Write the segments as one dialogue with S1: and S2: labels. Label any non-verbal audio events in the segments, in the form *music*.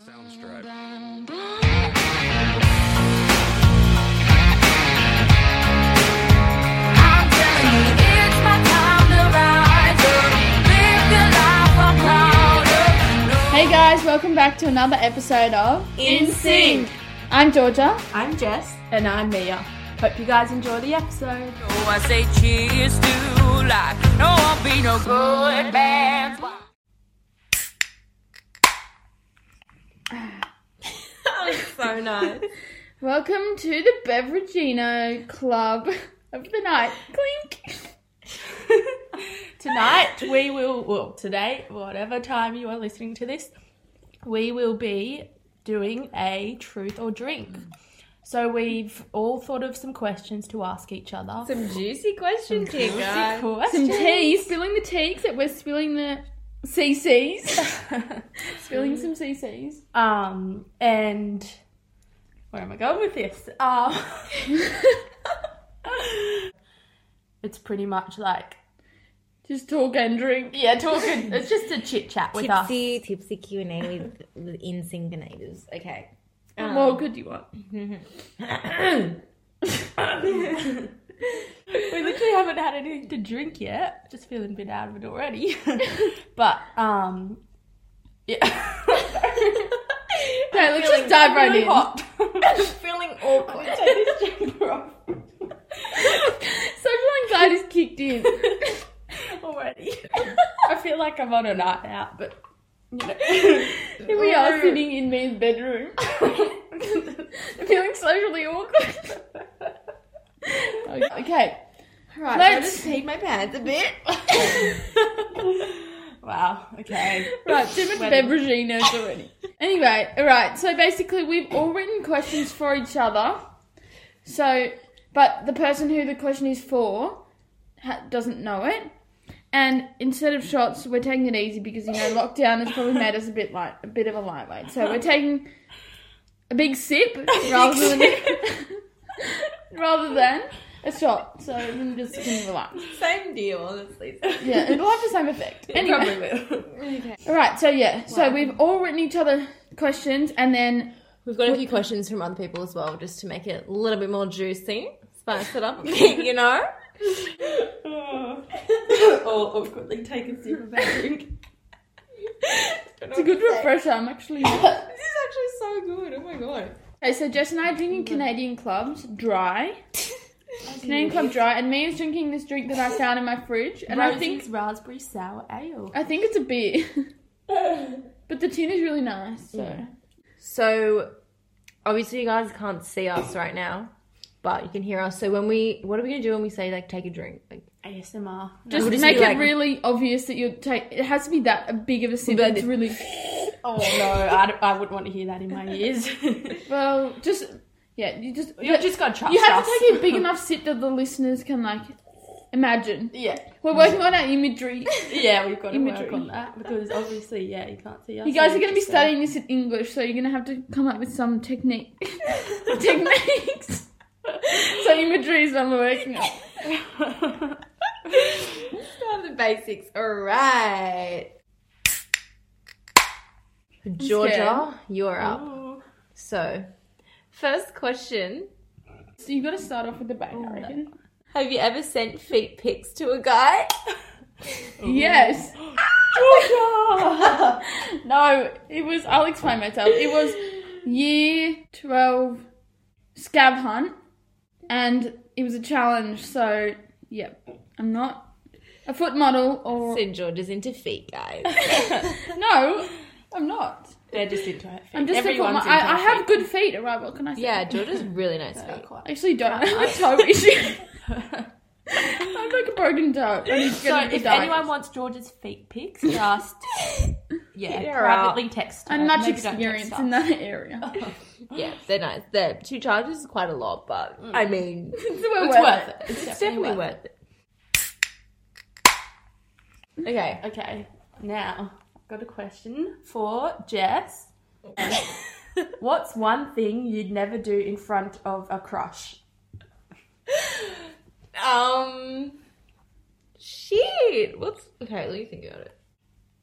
S1: Soundstripe.
S2: Hey guys, welcome back to another episode of
S3: In Sync.
S2: I'm Georgia.
S3: I'm Jess.
S2: And I'm Mia. Hope you guys enjoy the episode.
S4: Oh, I say cheers to life. No, I'll be no good man.
S3: So nice.
S2: Welcome to the Beveragino Club of the Night. Clink.
S5: *laughs* Tonight we will, well, today, whatever time you are listening to this, we will be doing a truth or drink. So we've all thought of some questions to ask each other.
S3: Some juicy questions here, guys.
S2: Some
S5: questions.
S2: tea, spilling the tea, except we're spilling the CCs.
S5: *laughs*
S2: spilling some CCs.
S5: um, and where am I going with this? Um, *laughs* it's pretty much like
S2: Just talk and drink.
S5: yeah, talking. It's just a chit chat with us.
S6: tipsy, tipsy Q and A with with in synchronizers. Okay.
S3: Oh,
S6: Um,
S5: Ah.
S2: What more good do you
S5: *laughs*
S2: want?
S5: We literally haven't had anything to drink yet. Just feeling a bit out of it already. *laughs* but um,
S2: *laughs*
S5: yeah.
S2: Okay, let's just dive right in.
S5: I'm *laughs* feeling awkward. Take this jumper
S2: *laughs*
S5: off
S2: Social anxiety's kicked in.
S5: *laughs*
S2: *laughs*
S5: already. I feel like I'm on a night out, but you know.
S2: *laughs* Here we are sitting in
S5: *laughs*
S2: Mia's bedroom. *laughs* Feeling
S5: *laughs*
S2: socially awkward. okay.
S3: Right, I
S2: Let's-
S3: just peed my pants a bit.
S5: wow. Okay.
S2: Right, too much
S5: Wedding.
S2: beveraginos already. Anyway, alright, so basically we've all written questions for each other. So, but the person who the question is for ha- doesn't know it. And instead of shots, we're taking it easy because, you know, lockdown has probably made us a bit light, a bit of a lightweight. So we're taking a
S3: *laughs*
S2: big sip rather than *laughs* rather than a shot. So we just can relax.
S3: Same deal, honestly.
S2: Yeah, it'll have the same effect. Anyway.
S3: Probably will.
S2: All right, so yeah, so we've all written each other questions, and then
S6: We've got a few questions from other people as well, just to make it a little bit more juicy, spice it up *laughs* a bit, you
S5: *laughs*
S6: know.
S5: All awkwardly take a sip of that drink.
S2: it's a *laughs* good refresher.
S3: *laughs*
S2: I'm actually
S3: This is actually so good. Oh my god.
S2: okay. So Jess and I are drinking Canadian clubs
S3: *laughs*
S2: dry, Canadian club dry, and me is drinking this drink
S3: *laughs*
S2: that I found in my fridge, and I think
S5: raspberry sour ale.
S2: I think it's
S3: *laughs*
S2: a beer, but the tin is really nice. So
S6: So obviously you guys can't see us right now, but you can hear us. So when we, what are we gonna do when we say like take a drink? Like
S5: ASMR.
S2: just
S6: would just
S2: make
S6: be
S2: it
S6: like-
S2: really obvious that you take. It has to be that a big of a sip.
S6: But-
S2: It's really
S5: Oh no,
S6: *laughs*
S5: I, don't- I wouldn't want to hear that in my ears.
S2: well, just yeah. You just
S5: you just got to trust
S2: you have
S5: us.
S2: to take
S6: *laughs*
S2: a big enough sip that the listeners can like imagine.
S5: yeah.
S2: We're working on our imagery.
S5: Yeah, we've got to
S2: Imagery.
S5: work on that because obviously, yeah, you can't see us.
S2: You guys
S5: so
S2: are going to be
S5: just, uh,
S2: studying this in English, so you're going to have to come up with some technique *laughs* techniques. *laughs* so imagery is what we're working on.
S3: Start the basics. Alright.
S6: Georgia, you're up.
S5: Ooh.
S6: So first question:
S2: *laughs* So you've got to start off with the bang, I reckon.
S6: Have you ever sent feet pics to
S3: *laughs*
S6: a guy?
S2: oh. Yes. *laughs* no, it was. I'll explain myself. It was year twelve scab hunt, and it was a challenge. So, yep, I'm not a foot model or
S6: St. George is into feet, guys.
S2: no, I'm not.
S5: They're just into it.
S2: I'm just a foot model.
S5: Everyone's
S2: I,
S5: into
S2: I
S5: it.
S2: have good feet. All right, what can I say?
S6: yeah, George is really nice feet.
S2: I actually don't. I *laughs* have a toe
S5: *laughs*
S2: issue. I'm like a broken toe. I need to
S5: So
S2: get a
S5: if
S2: diet.
S5: anyone wants George's feet pics, just yeah,
S6: You're
S5: privately text. her.
S2: I'm much
S5: Maybe don't text
S2: experienced
S5: us.
S2: in that area.
S5: *laughs*
S6: Yeah, they're nice. The two charges is quite a lot, but I mean, it's,
S2: It's
S5: worth it. It's
S6: definitely worth it. Okay,
S5: Okay, now I've got a question for Jess.
S6: *laughs*
S5: What's one thing you'd never do in front of a crush?
S6: um, shit. What's okay? Let me think about it.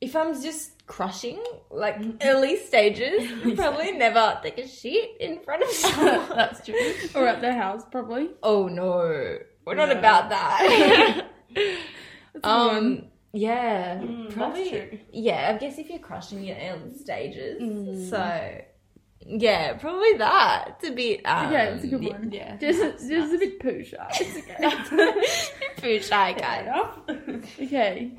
S6: if I'm just crushing, like early stages, probably never take a shit in front of someone.
S5: That's true.
S2: Or at their house, probably.
S6: oh no, we're not about that. *laughs* um, yeah,
S5: Mm, That's
S6: probably.
S5: true.
S6: Yeah, I guess if you're crushing your early stages, so yeah, probably that. It's a bit. Um,
S2: Yeah, it's a good one.
S5: Yeah.
S2: Just, just a bit poo shy. It's
S6: *laughs*
S2: okay.
S6: Food shy guy.
S5: *laughs*
S2: okay.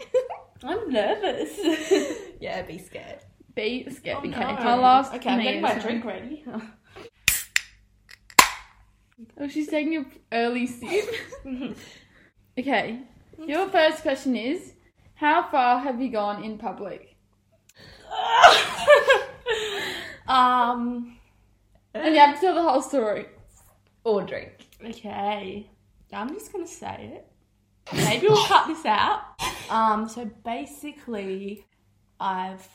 S5: I'm nervous.
S6: *laughs*
S5: *laughs*
S6: Yeah, be scared.
S2: Be scared. okay.
S5: Oh, No.
S2: Our last.
S5: Okay, I'm getting my
S2: name.
S5: drink ready.
S2: Oh, she's taking an
S5: *laughs*
S2: early sip. *laughs* okay. Your first question is How far have you gone in public?
S5: um.
S2: And you have to tell the whole story.
S6: Or drink.
S5: Okay. I'm just gonna say it. Maybe we'll cut this out. Um, so basically I've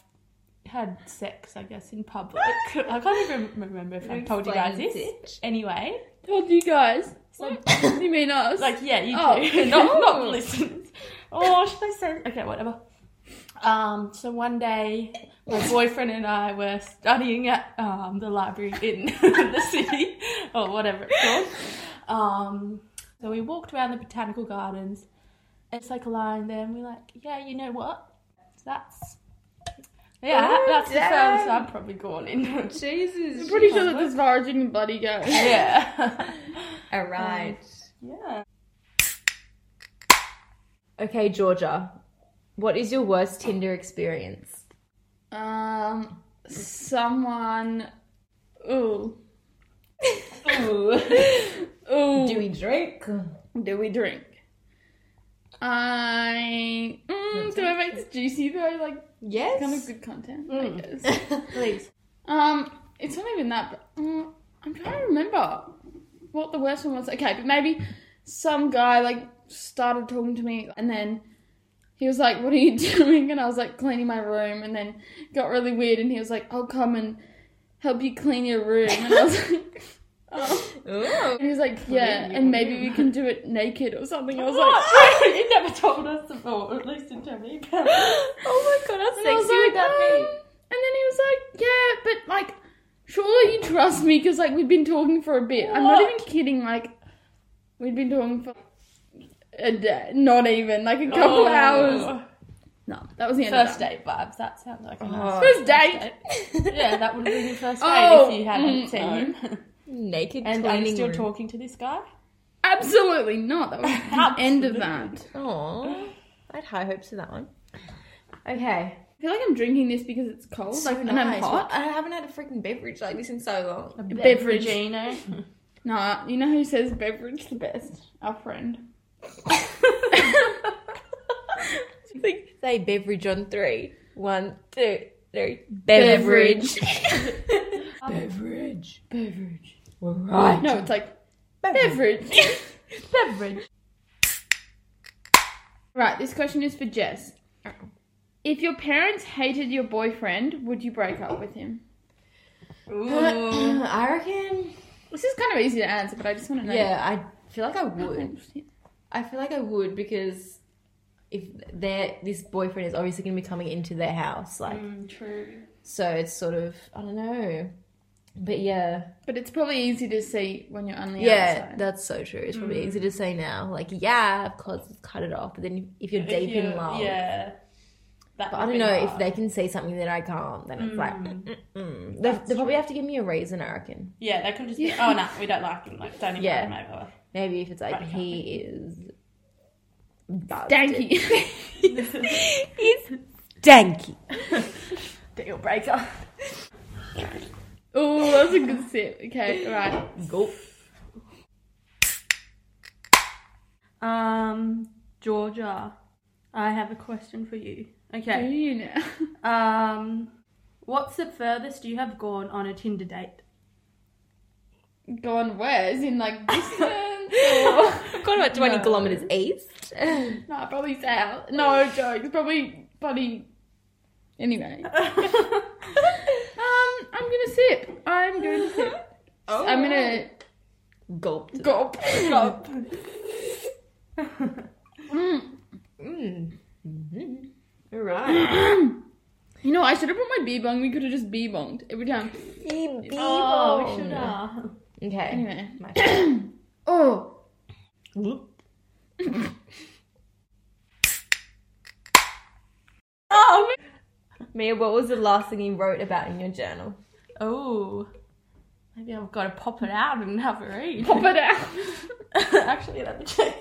S5: had sex, I guess, in public. *laughs* I can't even remember if I've told you guys
S6: Explains
S5: this. Anyway.
S2: Told you guys.
S5: So
S2: You mean
S5: *laughs*
S2: us?
S5: like yeah, you
S2: Oh.
S5: do. *laughs* not not listen. *laughs* Oh, should I say okay, whatever. Um, so one day my boyfriend and I were studying at um, the library in *laughs* the city or whatever it's called. Um, so we walked around the botanical gardens. It's like lying there, and we're like, yeah, you know what? That's yeah, that's the furthest I've probably gone in. *laughs*
S6: *laughs*
S2: I'm
S3: Jesus.
S2: pretty sure that's as far as you can bloody go.
S5: yeah,
S6: All right.
S5: yeah.
S6: Okay, Georgia. What is your worst Tinder experience?
S2: Um, someone. Ooh. *laughs* Ooh.
S6: Do we drink?
S2: Do we drink? I. Mm, do I make this juicy though? Like,
S3: Yes.
S2: kind of good content, I guess.
S5: Please,
S2: Um, it's not even that, but uh, I'm trying to remember what the worst one was. Okay, but maybe some guy like started talking to me and then he was like, What are you *laughs* doing? And I was like, Cleaning my room. And then got really weird and he was like, I'll come and help you clean your room. And I was like, *laughs* Oh.
S6: Ooh.
S2: And he was like, yeah, and maybe we can do it naked or
S5: *laughs*
S2: something. I was like,
S5: what? you never told us, or at least didn't tell me about it.
S6: Oh my god, how
S2: And I was
S6: sexy would
S2: like,
S6: that
S2: um, And then he was like, yeah, but like, surely you trust me because like we've been talking for a bit. I'm not
S5: What?
S2: even kidding. Like, we've been talking for a day, not even like a
S5: Oh.
S2: *laughs* couple hours. No, that was the end
S5: First
S2: of that.
S5: date vibes. That sounds like a nice.
S2: First date.
S5: *laughs* Yeah, that would have been your first date
S2: Oh,
S5: if you hadn't
S2: mm,
S5: seen him.
S6: be? *laughs* Naked
S5: *laughs* And I'm
S6: cleaning
S5: still
S6: room.
S5: talking to this guy.
S2: Absolutely not. That was the end of that.
S6: *sighs* Aw, I had high hopes for that one. Okay.
S2: I feel like I'm drinking this because it's cold, like, and I'm hot.
S6: I haven't had a freaking beverage like this in so *laughs* long.
S2: Beverage.
S5: Gino.
S2: Nah, you know who says beverage the best? Our friend.
S6: Like, say beverage on three. One, two, three. *laughs*
S2: Beverage.
S6: beverage.
S2: Beverage.
S6: All right.
S2: No, it's like beverage. *laughs*
S5: Beverage.
S2: Right, this question is for Jess. If your parents hated your boyfriend, would you break up with him?
S6: *clears throat* I reckon.
S2: This is kind of easy to answer, but I just want to know.
S6: Yeah, I feel like I would.
S2: Because
S6: I feel like I would because if their this boyfriend is obviously going to be coming into their house, like
S5: True.
S6: so it's sort of I don't know. But yeah,
S2: But it's probably easy to see when you're on the
S6: yeah,
S2: outside.
S6: that's Mm. so true. It's probably easy to say now, like yeah, of course, let's cut it off. But then if, if you're deep in
S5: Oh.
S6: love,
S5: Yeah. That
S6: but I don't know if they can see something that I can't. Then it's like mm-mm. they they probably have to give me a reason. I reckon
S5: Yeah, they could just be. Oh no, we don't like him. Like, don't even
S6: Yeah.
S5: yeah. him over.
S6: maybe if it's like
S5: Right.
S6: he is.
S2: Danky.
S5: *laughs*
S6: *laughs* Danky.
S5: Deal breaker.
S2: *laughs* oh, that was a good sip. Okay, right.
S6: Go.
S5: Um, Georgia, I have a question for you.
S2: Do
S5: Okay.
S2: you now? *laughs*
S5: Um, what's the furthest you have gone on a Tinder date?
S2: Gone where? As in like distance?
S6: I've gone about 20 kilometers *laughs* east.
S2: no, probably south. No, jokes. Probably bloody. Anyway. *laughs* Um, I'm gonna sip. I'm going to sip. I'm gonna
S6: Gulped.
S2: gulp.
S5: Stop.
S6: Mm-hmm.
S2: Mm.
S3: All right.
S2: You know, I should have brought my bee bong. We could have just bee bonged every time.
S5: Oh, should I?
S6: Okay.
S2: Anyway. *coughs*
S6: My-
S2: oh,
S6: Mia, what was the last thing you wrote about in your journal?
S5: Oh, maybe I've got to pop it out and have a read.
S2: pop it out.
S5: Actually, let me check.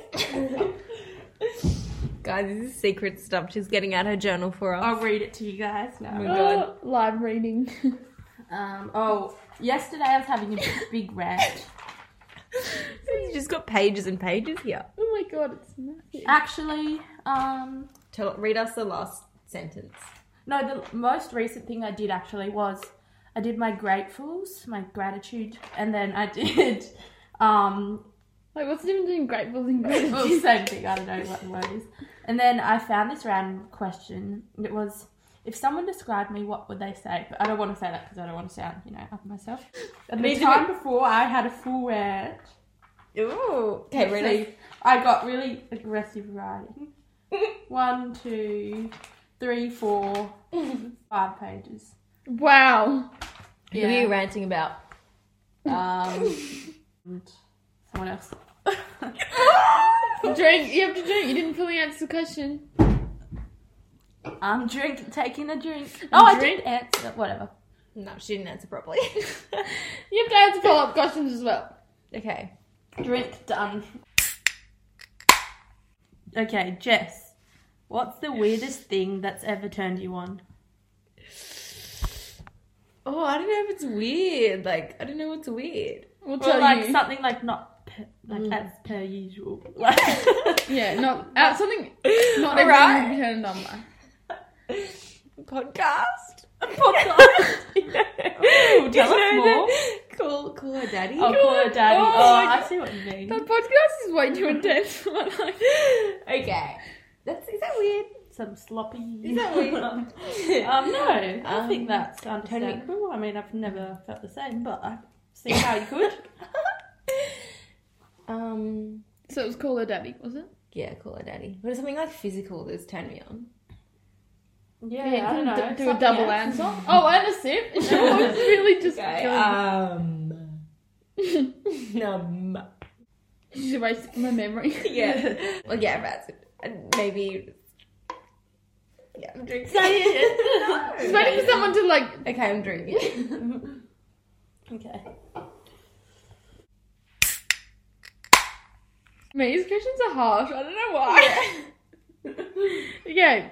S6: Guys, this is secret stuff. She's getting out her journal for us.
S5: I'll read it to you guys now.
S6: *laughs*
S2: Oh, live reading. *laughs*
S5: Um, oh, yesterday I was having a
S6: *laughs*
S5: big rant.
S6: you just got pages and pages here.
S2: oh my god, it's massive.
S5: Actually, um,
S6: Tell, read us the last sentence.
S5: no, the most recent thing I did actually was I did my gratefuls, my gratitude, and then I *laughs* did, um, *laughs*
S2: Like, what's the difference between grateful and gratitude?
S5: well, same thing, I don't know what the word is. And then I found this random question. and It was, if someone described me, what would they say? But I don't want to say that because I don't want to sound, you know, up myself. And the
S6: Me too.
S5: time before, I had a full rant.
S6: Ooh. Okay,
S5: So,
S6: read us.
S5: I got really aggressive *laughs* writing. One, two, three, four, five pages.
S2: *laughs* Wow.
S6: Who are you ranting *laughs* about? *laughs*
S5: Um, and someone else.
S2: Drink. You have to drink. You didn't fully answer the question.
S5: I'm Um, drink taking a drink. Oh, I
S2: Drink?
S5: did answer. Whatever.
S6: No, she didn't answer properly. *laughs*
S2: You have to answer follow up questions as well.
S6: okay.
S5: Drink done. Okay, Jess. What's the weirdest thing that's ever turned you on?
S3: Oh, I don't know if it's weird. Like, I don't know what's
S6: *laughs*
S3: weird.
S2: We'll tell
S5: Well, like
S2: you.
S5: something like not per, like as per *laughs* usual. *laughs*
S2: yeah, not uh, something. Not everyone
S6: Alright.
S2: would be turned on by.
S6: Podcast.
S5: *laughs*
S6: *laughs*
S5: Ooh, tell us more.
S3: Call, call her daddy.
S5: Oh, poor daddy.
S2: Oh,
S5: Oh,
S2: my
S5: I see what you mean.
S2: That podcast is way too intense
S5: *laughs*
S2: for my life.
S3: Okay. That's is that weird?
S5: Some sloppy.
S3: Is that weird?
S5: *laughs* um, no, I
S3: Um,
S5: think that's understandable. I mean, I've never felt the same, but I see how you could.
S6: Um.
S2: So it was Call Her Daddy, was it?
S6: Yeah, call her daddy. What is something like physical that's turned me on?
S5: *laughs* Yeah, I
S2: you
S5: don't
S2: can
S5: know.
S2: d- do a
S5: something
S2: double
S5: else. uh,
S2: answer. Oh, and a sip.
S5: *laughs*
S2: *laughs* It was really just.
S6: Okay,
S2: going-
S6: um. *laughs* um.
S2: She's erased my
S5: *laughs*
S2: memory. *laughs*
S6: Yeah. *laughs* Well, yeah, that's it. And Maybe. Yeah, I'm drinking. *laughs*
S2: Just waiting for someone to like.
S6: Okay, I'm drinking.
S5: Okay.
S2: Me, these questions are harsh. I don't know why. *laughs* okay,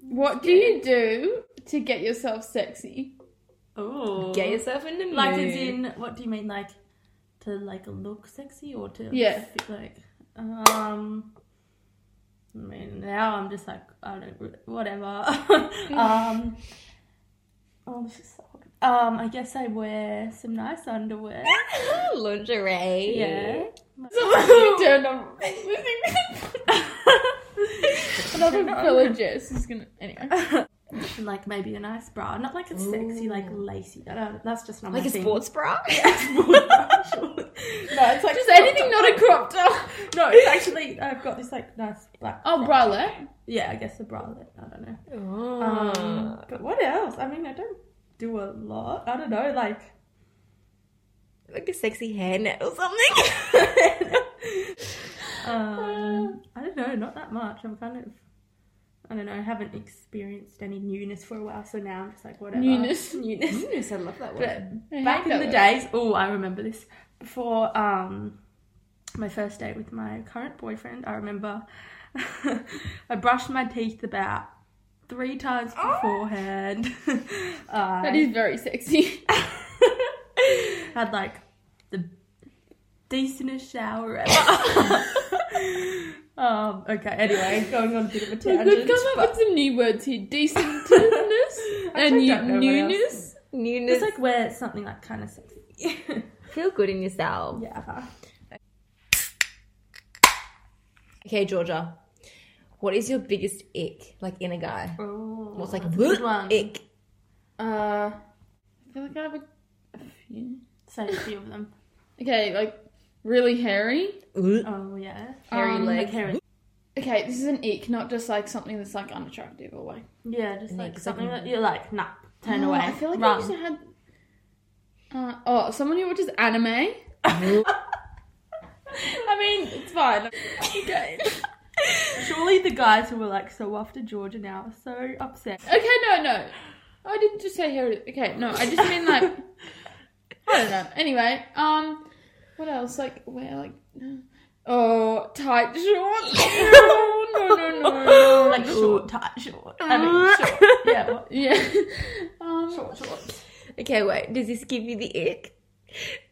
S2: what do you do to get yourself
S5: *laughs*
S2: sexy?
S5: Oh.
S6: Get yourself in the mood.
S5: Like, as in, what do you mean? Like, to like look sexy or to
S2: Yeah.
S5: fit, like, um. I mean, now I'm just like I don't really, whatever. *laughs* um. Oh, this is so. hard. Um, I guess I wear some nice
S6: *laughs*
S5: underwear.
S6: lingerie.
S5: Yeah.
S2: Someone turned on listening to *laughs* Another fellow Jess is gonna. Anyway.
S5: And, *laughs* like maybe a nice bra, not like it's sexy, like lacy. I don't, that's just not
S6: Like
S5: my
S6: a
S5: thing. *laughs*
S6: sports *laughs* bra.
S5: no, it's like
S2: Just anything not a crop top.
S5: *laughs* no, it's actually I've got this like nice black.
S2: Oh, bralette.
S5: Yeah, I guess a bralette. I don't know.
S2: Ah.
S6: Oh.
S5: Um, but what else? I mean, I don't do a lot. I don't know. Like
S6: like a sexy hairnet or *laughs* something.
S5: um,
S2: Ah.
S5: I don't know, not that much. I'm kind of. I don't know. I haven't experienced any newness for a while, so now I'm just like whatever.
S2: Newness.
S5: newness.
S6: Goodness, I love that
S5: But
S2: I hate
S5: back in
S2: that
S5: the
S2: word.
S5: days, oh, I remember this. Before um, my first date with my current boyfriend, I remember *laughs* I brushed my teeth about three times beforehand. *laughs* Uh, I
S2: Ah. That is very *laughs* sexy.
S5: *laughs* had like the decentest shower ever. *laughs* um, okay, anyway, going on a bit of a
S2: We could
S5: tangent.
S2: come up with some new words here: *laughs* decentness and
S5: Actually, I don't know
S2: new-
S5: what else.
S2: newness.
S6: Newness.
S5: It's like where it's something like kind of sexy.
S6: *laughs* Feel good in yourself.
S5: yeah.
S6: Okay, Georgia. What is your biggest ick, like in a guy?
S5: Oh,
S6: What's like
S5: good one.
S6: ick?
S2: Uh, I feel like I have a- a few.
S5: Say a few of them.
S2: Okay, like really hairy.
S6: Ugh.
S5: Oh yeah.
S6: Hairy
S2: Um,
S6: leg.
S5: Like hairy
S2: Okay, this is an ick, not just like something that's like unattractive or like.
S5: Yeah, just like
S6: Nick's
S5: something
S6: like,
S5: that you're like, nah, turn
S2: Oh,
S5: away.
S2: I feel like I
S5: run.
S2: used to had. Uh, oh, someone who watches *laughs* anime. I mean, it's fine. *laughs* Okay. *laughs*
S5: Surely the guys who were like so after Georgia now are so upset.
S2: Okay, no, no. I didn't just say here. it is. Okay, no, I just mean like. I don't know. Anyway, um, what else? Like, where, like. Oh, tight shorts. Oh,
S5: *laughs*
S2: no, no, no, no.
S5: Like short, tight, short. I mean, short. Yeah, well,
S2: Yeah. Um,
S5: short, short.
S6: Okay, wait. Does this give you the ick?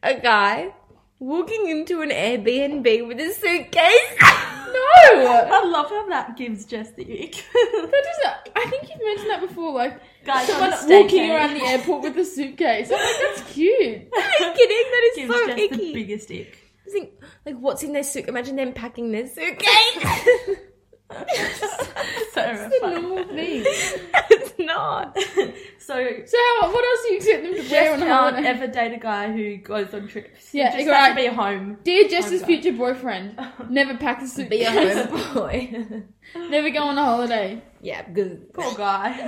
S6: A guy walking into an Airbnb with a suitcase? *laughs*
S2: no!
S5: I love how that gives Jess the ick. *laughs*
S2: That doesn't. I think you've mentioned that before. Like,
S5: guys,
S2: someone
S5: on staycation
S2: walking around the airport with a suitcase. I'm like, that's cute.
S6: Are you kidding? That is
S5: gives
S6: so
S5: Jess the
S6: icky.
S5: biggest ick.
S6: Just think, like, what's in their suit? Imagine them packing their suitcase.
S5: So
S2: It's a
S5: funny.
S2: normal
S6: *laughs*
S2: thing.
S6: it's not.
S5: So
S2: So, how, what else do you expect them to wear
S5: Jess
S2: on
S5: can't
S2: holiday?
S5: ever date a guy who goes on trips.
S2: Yeah,
S5: Yeah, just
S2: right.
S5: has to be home.
S2: Dear Jess's
S5: Okay.
S2: future boyfriend, never pack a
S6: Be a
S2: suitcase. *laughs*
S6: homeboy.
S2: never go on a holiday.
S6: yeah, because
S5: Poor guy.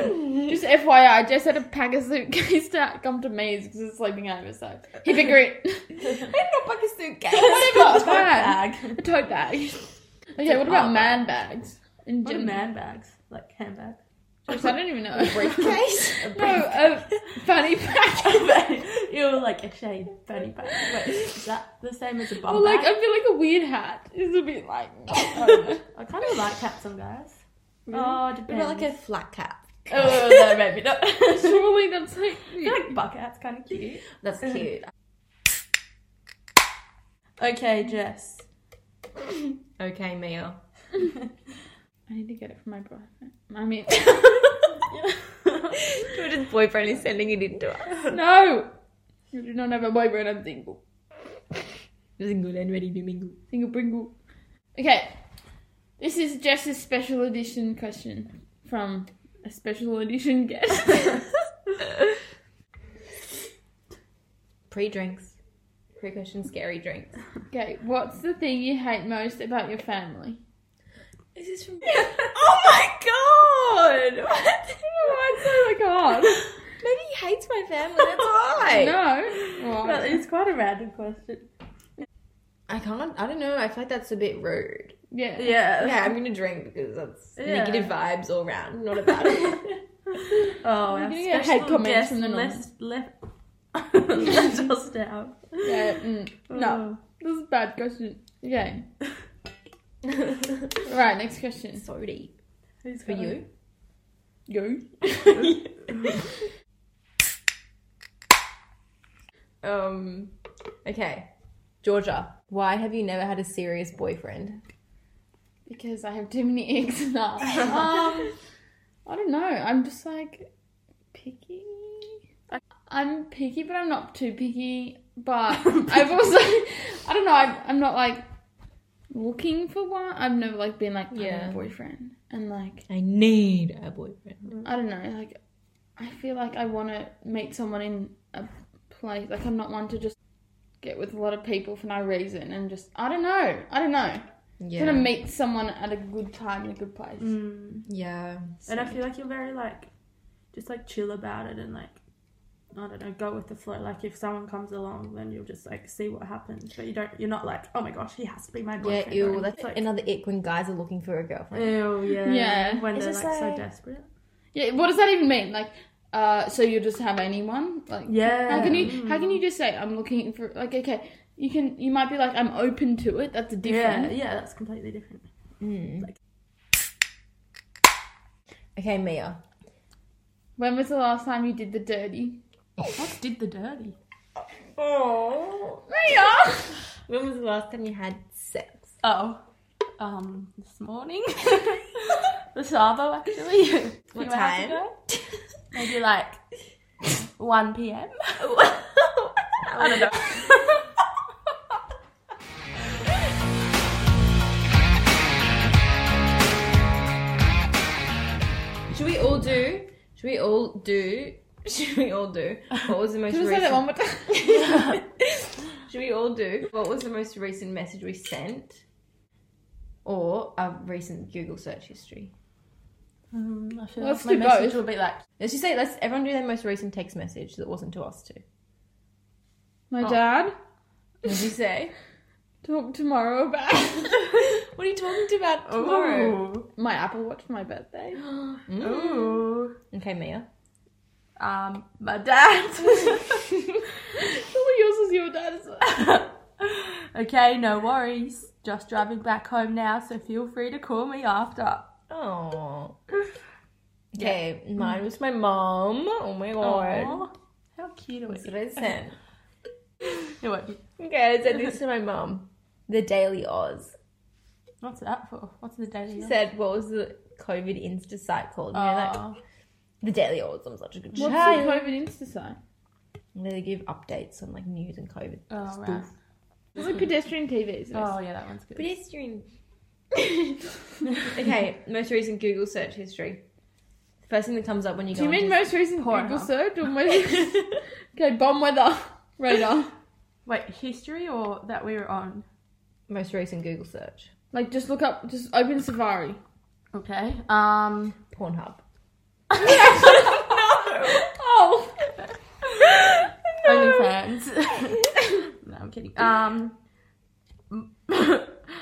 S2: Just FYI, Jess had to pack a suitcase to come to me because it's sleeping over. So hypocrite.
S6: I'm not pack a suitcase.
S2: *laughs* Whatever. it's
S5: Tote
S2: fine.
S5: bag.
S2: A tote bag. Okay, what about man bags? In
S5: What are
S2: general?
S5: man bags? Like handbag.
S2: I don't even know.
S6: *laughs* Briefcase.
S2: *laughs* no, a
S5: *laughs*
S2: fanny pack.
S5: you were like a shade bunny bag. Wait, is that the same as a bum
S2: Or like,
S5: bag?
S2: I feel like a weird hat is a bit like. *laughs*
S5: I kind of like cats on guys. Oh, it
S6: What
S5: depends.
S6: about like a flat cap?
S5: oh, no, maybe not. I
S2: Surely that's like.
S5: feel like bucket hat's kind of cute.
S6: *laughs* *laughs* That's cute.
S5: Okay, Jess.
S6: Okay, *laughs* Mia.
S2: I need to get it from my boyfriend. I mean, *laughs*
S6: Jordan's boyfriend is sending it in to us.
S2: no! I do not have a boyfriend, I'm single.
S6: Single and ready to mingle.
S2: Single Pringle. Okay. This is Jess's special edition question from a special edition guest. *laughs*
S6: Pre drinks. Pre question scary drinks.
S2: okay, what's the thing you hate most about your family?
S6: Is this from *laughs* Oh my god! What? *laughs*
S2: Oh my god.
S6: Maybe he hates my family, that's *laughs* why.
S2: no.
S5: Well,
S2: Why?
S5: it's quite a random question.
S6: I can't I don't know, I feel like that's a bit rude.
S2: Yeah.
S5: Yeah.
S6: Yeah, I'm gonna drink because that's
S5: Yeah.
S6: negative vibes all round, not about it. *laughs*
S5: Oh, our
S2: We're gonna get
S5: special
S2: head comments
S5: guest
S2: from the
S5: left, left,
S6: *laughs*
S5: left *laughs* Oh, us down.
S2: Yeah, mm. No. This is a bad question. Okay. Right, next question.
S6: so deep.
S5: Who's
S6: For you?
S2: You?
S6: *laughs* um Okay. Georgia, why have you never had a serious boyfriend?
S2: Because I have too many *laughs* eggs now.
S6: *laughs*
S2: um, I don't know. I'm just like picky. I- I'm picky, but I'm not too picky.
S6: *laughs*
S2: But I've also, *laughs* I don't know. I'm, I'm not like looking for one. I've never like been like yeah.
S6: Yeah.
S2: a boyfriend, and like
S6: I need a boyfriend.
S2: I don't know. Like I feel like I want to meet someone in a place. Like I'm not one to just get with a lot of people for no reason and just I don't know. I don't know.
S6: Yeah.
S2: Gonna meet someone at a good time in a good place.
S5: Mm.
S6: yeah.
S5: And I feel like you're very like, just like chill about it and like, I don't know, go with the flow. Like if someone comes along, then you'll just like see what happens. But you don't, you're not like, oh my gosh, he has to be my
S6: Yeah,
S5: boyfriend.
S6: ew,
S5: or
S6: that's
S5: it's like,
S6: another ick when guys are looking for a girlfriend.
S5: ew, yeah,
S2: Yeah.
S5: When
S6: It's
S5: they're
S6: just
S5: like, so
S6: like-
S5: desperate.
S2: Yeah, what does that even mean? Like, uh, so you just have anyone? Like,
S5: Yeah.
S2: How can you how can you just say I'm looking for like okay you can you might be like I'm open to it. That's a
S5: Yeah,
S2: different.
S5: yeah, that's completely different.
S6: Mm. Okay, Mia.
S2: When was the last time you did the dirty?
S5: What did the dirty?
S6: Oh.
S2: Mia.
S6: *laughs* When was the last time you had sex?
S5: Oh, um, this morning. *laughs* the Savo actually. A few
S6: *laughs* What
S5: hours
S6: time? *laughs*
S5: ago. Maybe like 1 p.m.
S6: I don't know. Should we all do? Should we all do? *laughs* Should we all do? What was the most
S2: Just say
S6: recent?
S2: that one more time. *laughs*
S6: should we all do? What was the most recent message we sent? or our recent Google search history.
S5: Um, I feel
S2: Let's
S5: like
S2: do
S5: my message
S2: both.
S5: will be like,
S6: Let's just say let's everyone do their most recent text message that wasn't to us too.
S2: My dad
S6: What did you say?
S2: talk tomorrow
S6: *laughs*
S2: about *laughs*
S6: what are you talking about tomorrow? Mm.
S5: ooh,
S2: my Apple Watch for my birthday.
S5: ooh.
S6: Oh. Okay, *laughs* Mia.
S5: Um, my dad. *laughs*
S2: Surely yours is your dad as well.
S5: okay, no worries. Just driving back home now, so feel free to call me after.
S6: Oh. Okay, mine was my mom. Oh my god.
S5: Aw, How cute
S6: That's
S5: was
S6: what I sent.
S5: it?
S6: Okay, I sent this to my mom. The Daily Oz.
S5: What's that for? What's the daily?
S6: She
S5: life?
S6: said, what was the COVID Insta site called? You know, like,
S5: Oh,
S6: the Daily Oz. I'm such a good
S2: What's
S6: child.
S2: the COVID Insta sign?
S6: They give updates on like news and COVID.
S5: oh, right.
S2: It's like pedestrian TV. Isn't it?
S5: oh yeah, that one's good.
S6: Pedestrian. okay, most recent Google search history. First thing that comes up when you
S2: Do
S6: go
S2: you mean
S6: onto-
S2: most recent
S5: Pornhub.
S2: Google search or most? okay, bomb weather *laughs* radar.
S5: Wait, history or that we were on?
S6: *laughs* most recent Google search?
S2: Like just look up, just open Safari.
S5: Okay. Um.
S6: Pornhub. *laughs*
S2: Oh,
S5: OnlyFans. no, I'm kidding. Um,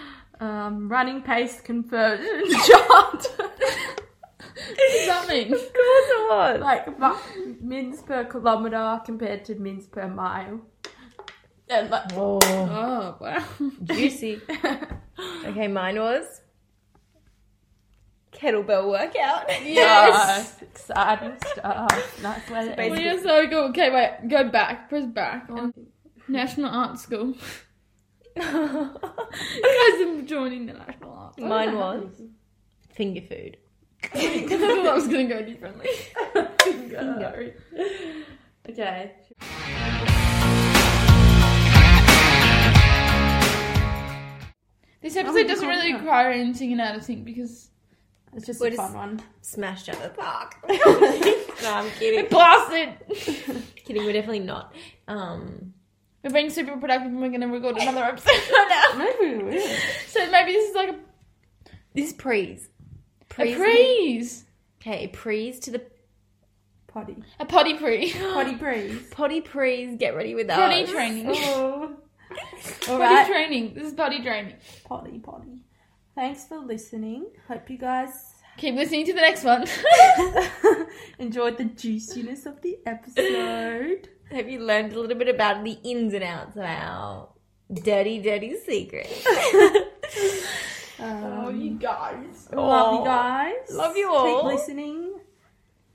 S5: *laughs* um, running pace *laughs* conversion chart.
S2: something.
S6: Of course it was.
S5: like mi- mins per kilometer compared to mins per mile. And like,
S6: Oh,
S2: Oh wow.
S5: *laughs*
S6: juicy. Okay, mine was kettlebell workout.
S5: yes, exciting stuff. Nice way to
S2: We
S5: end.
S2: are so cool. Okay, wait, go back. Press back. National Art School. You guys are joining the National Art. School.
S6: mine was *laughs* finger food.
S2: *laughs* I thought that was gonna go differently.
S5: Go. Okay.
S2: This episode doesn't really require editing and editing because
S5: It's just
S6: We're
S5: a
S6: just-
S5: fun one.
S6: Smashed out of the
S5: *laughs*
S6: park. no, I'm kidding.
S2: it blasted.
S6: Kidding, we're definitely not.
S5: *laughs*
S6: Um,
S2: We're being super productive and we're gonna record another episode *laughs* right
S6: *laughs*
S2: now.
S5: Maybe we will.
S2: So maybe this is like a,
S6: this is prees.
S2: a praise,
S6: Okay, prees to the
S5: Potty.
S2: a potty pre, *laughs*
S5: Potty breeze.
S6: potty prees. Get ready with us.
S2: potty training,
S5: Oh. All
S2: potty
S5: right.
S2: training. This is potty training.
S5: potty, potty. Thanks for listening. Hope you guys
S2: Keep listening to the next one. *laughs*
S5: *laughs* enjoyed the juiciness of the episode.
S6: Have you learned a little bit about the ins and outs of our dirty, dirty *laughs* secrets?
S5: Um,
S2: you guys.
S5: *laughs* love you guys.
S6: Love you all.
S5: Keep listening.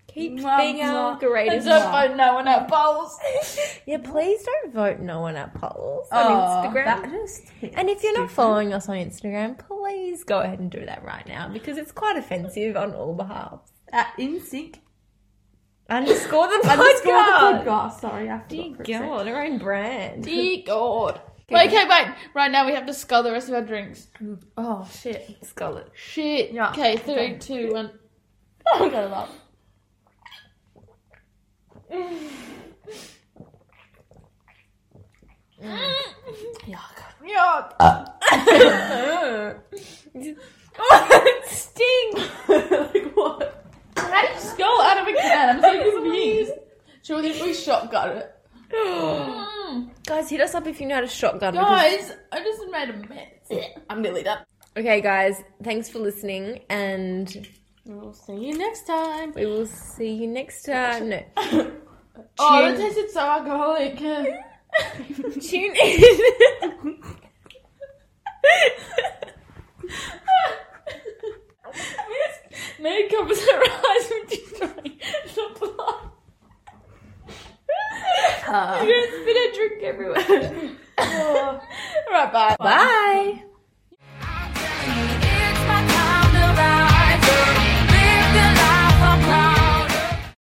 S6: Keep
S5: Mwah,
S6: being our
S5: mwah.
S6: greatest.
S2: Don't vote no one at polls.
S6: Yeah, please don't vote no one at polls
S5: Oh,
S6: on Instagram.
S5: that just hit.
S6: And if you're not following us on Instagram, please go ahead and do that right now because it's quite offensive on all behalves.
S5: at in sync
S6: Underscore the podcast.
S5: underscore the podcast. Sorry, I forgot. for a sec.
S6: God, our own brand.
S2: Dear God. Wait, okay, wait. Right now we have to scull the rest of our drinks.
S5: Oh shit!
S6: *laughs* Scarlet.
S2: Shit.
S5: Yeah.
S2: Okay, three, two, one.
S5: I got it up.
S2: Yeah.
S6: Oh, it stings.
S5: like what?
S2: How do you scull out of a can? I'm *laughs* so confused. Should we, we *gasps* shotgun it? Mm.
S6: Guys, hit us up if you know how to shotgun. because-
S2: Guys, I just made a mess. I'm nearly done.
S6: Okay, guys, thanks for listening, and
S5: We'll see you next time.
S6: we will see you next time. No,
S2: Oh, it
S6: Tune-
S2: tasted so *laughs* alcoholic. Bye.
S6: *laughs* tune in.
S2: Meg covers *laughs* her eyes with destroying *laughs* the blood. Uh. *laughs* You're gonna spit a drink everywhere. Alright, bye.
S6: Bye.